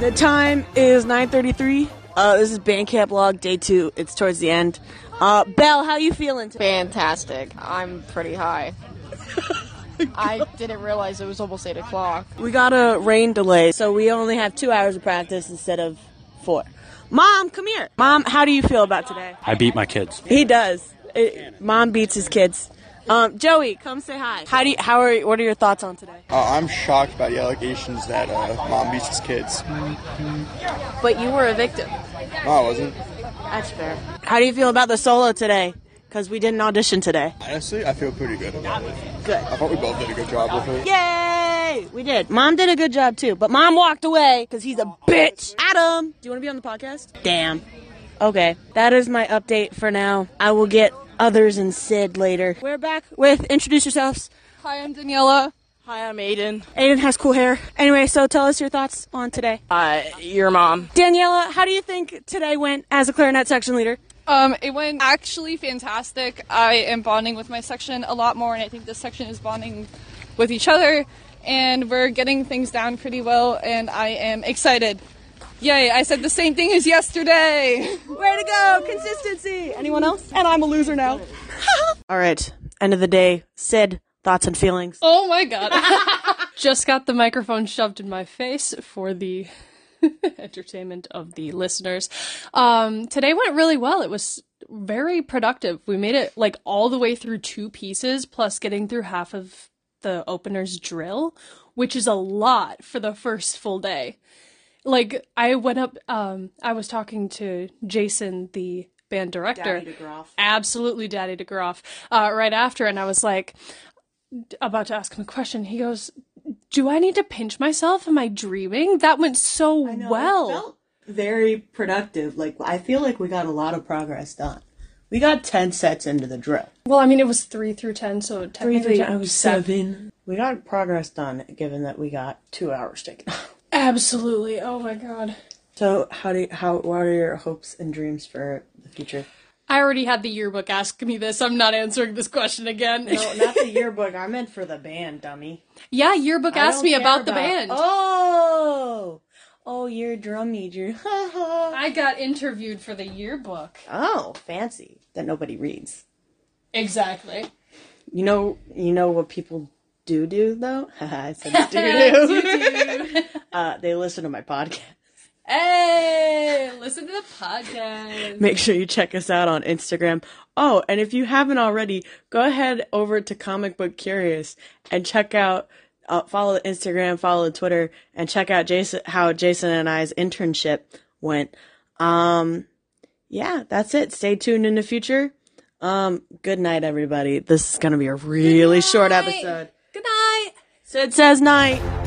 The time is 9:33. Uh, this is Bandcamp Log Day Two. It's towards the end. Uh, Belle, how you feeling today? Fantastic. I'm pretty high. I didn't realize it was almost 8 o'clock. We got a rain delay, so we only have two hours of practice instead of four. Mom, come here. Mom, how do you feel about today? I beat my kids. He does. It, mom beats his kids. Um, Joey, come say hi. How do you, how are what are your thoughts on today? Uh, I'm shocked by the allegations that uh, mom beats his kids. But you were a victim. No, I wasn't. That's fair. How do you feel about the solo today? Because we didn't audition today. Honestly, I feel pretty good about it. Good. I thought we both did a good job with it. Yay! We did. Mom did a good job too, but mom walked away because he's a bitch. Adam, do you want to be on the podcast? Damn. Okay, that is my update for now. I will get others and Sid later. We're back with introduce yourselves. Hi, I'm Daniela. Hi, I'm Aiden. Aiden has cool hair. Anyway, so tell us your thoughts on today. Uh, your mom. Daniela, how do you think today went as a clarinet section leader? Um, it went actually fantastic. I am bonding with my section a lot more, and I think this section is bonding with each other, and we're getting things down pretty well, and I am excited. Yay, I said the same thing as yesterday! Way to go! Consistency! Anyone else? And I'm a loser now. All right, end of the day. Sid, thoughts and feelings. Oh my god. Just got the microphone shoved in my face for the entertainment of the listeners. Um, today went really well. It was very productive. We made it like all the way through two pieces, plus getting through half of the opener's drill, which is a lot for the first full day. Like, I went up, um, I was talking to Jason, the band director. Daddy DeGroff. Absolutely, Daddy DeGroff. Uh, right after, and I was like, about to ask him a question. He goes, do I need to pinch myself? Am I dreaming? That went so No, it well. felt very productive. Like I feel like we got a lot of progress done. We got ten sets into the drill. well, I mean, it was three through ten, so technically I was seven. We got progress done, given that we got two hours taken. off. absolutely. Oh my god, so how do you, how what are your hopes and dreams for the future? I already had the yearbook ask me this. I'm not answering this question again. No, not the yearbook. I meant for the band, dummy. yeah, yearbook I asked don't me care about, the band. Oh, oh, you're a drum major. I got interviewed for the yearbook. oh, fancy that nobody reads. Exactly. You know, you know what people do do though. I said do do. uh, they listen to my podcast. Hey, listen to the podcast. Make sure you check us out on Instagram. Oh, and if you haven't already, go ahead over to Comic Book Curious and check out. Uh, follow the Instagram, follow the Twitter, and check out Jason how Jason and I's internship went. Um, yeah, that's it. Stay tuned in the future. Um, good night, everybody. This is gonna be a really short episode. Good night. Sid says night.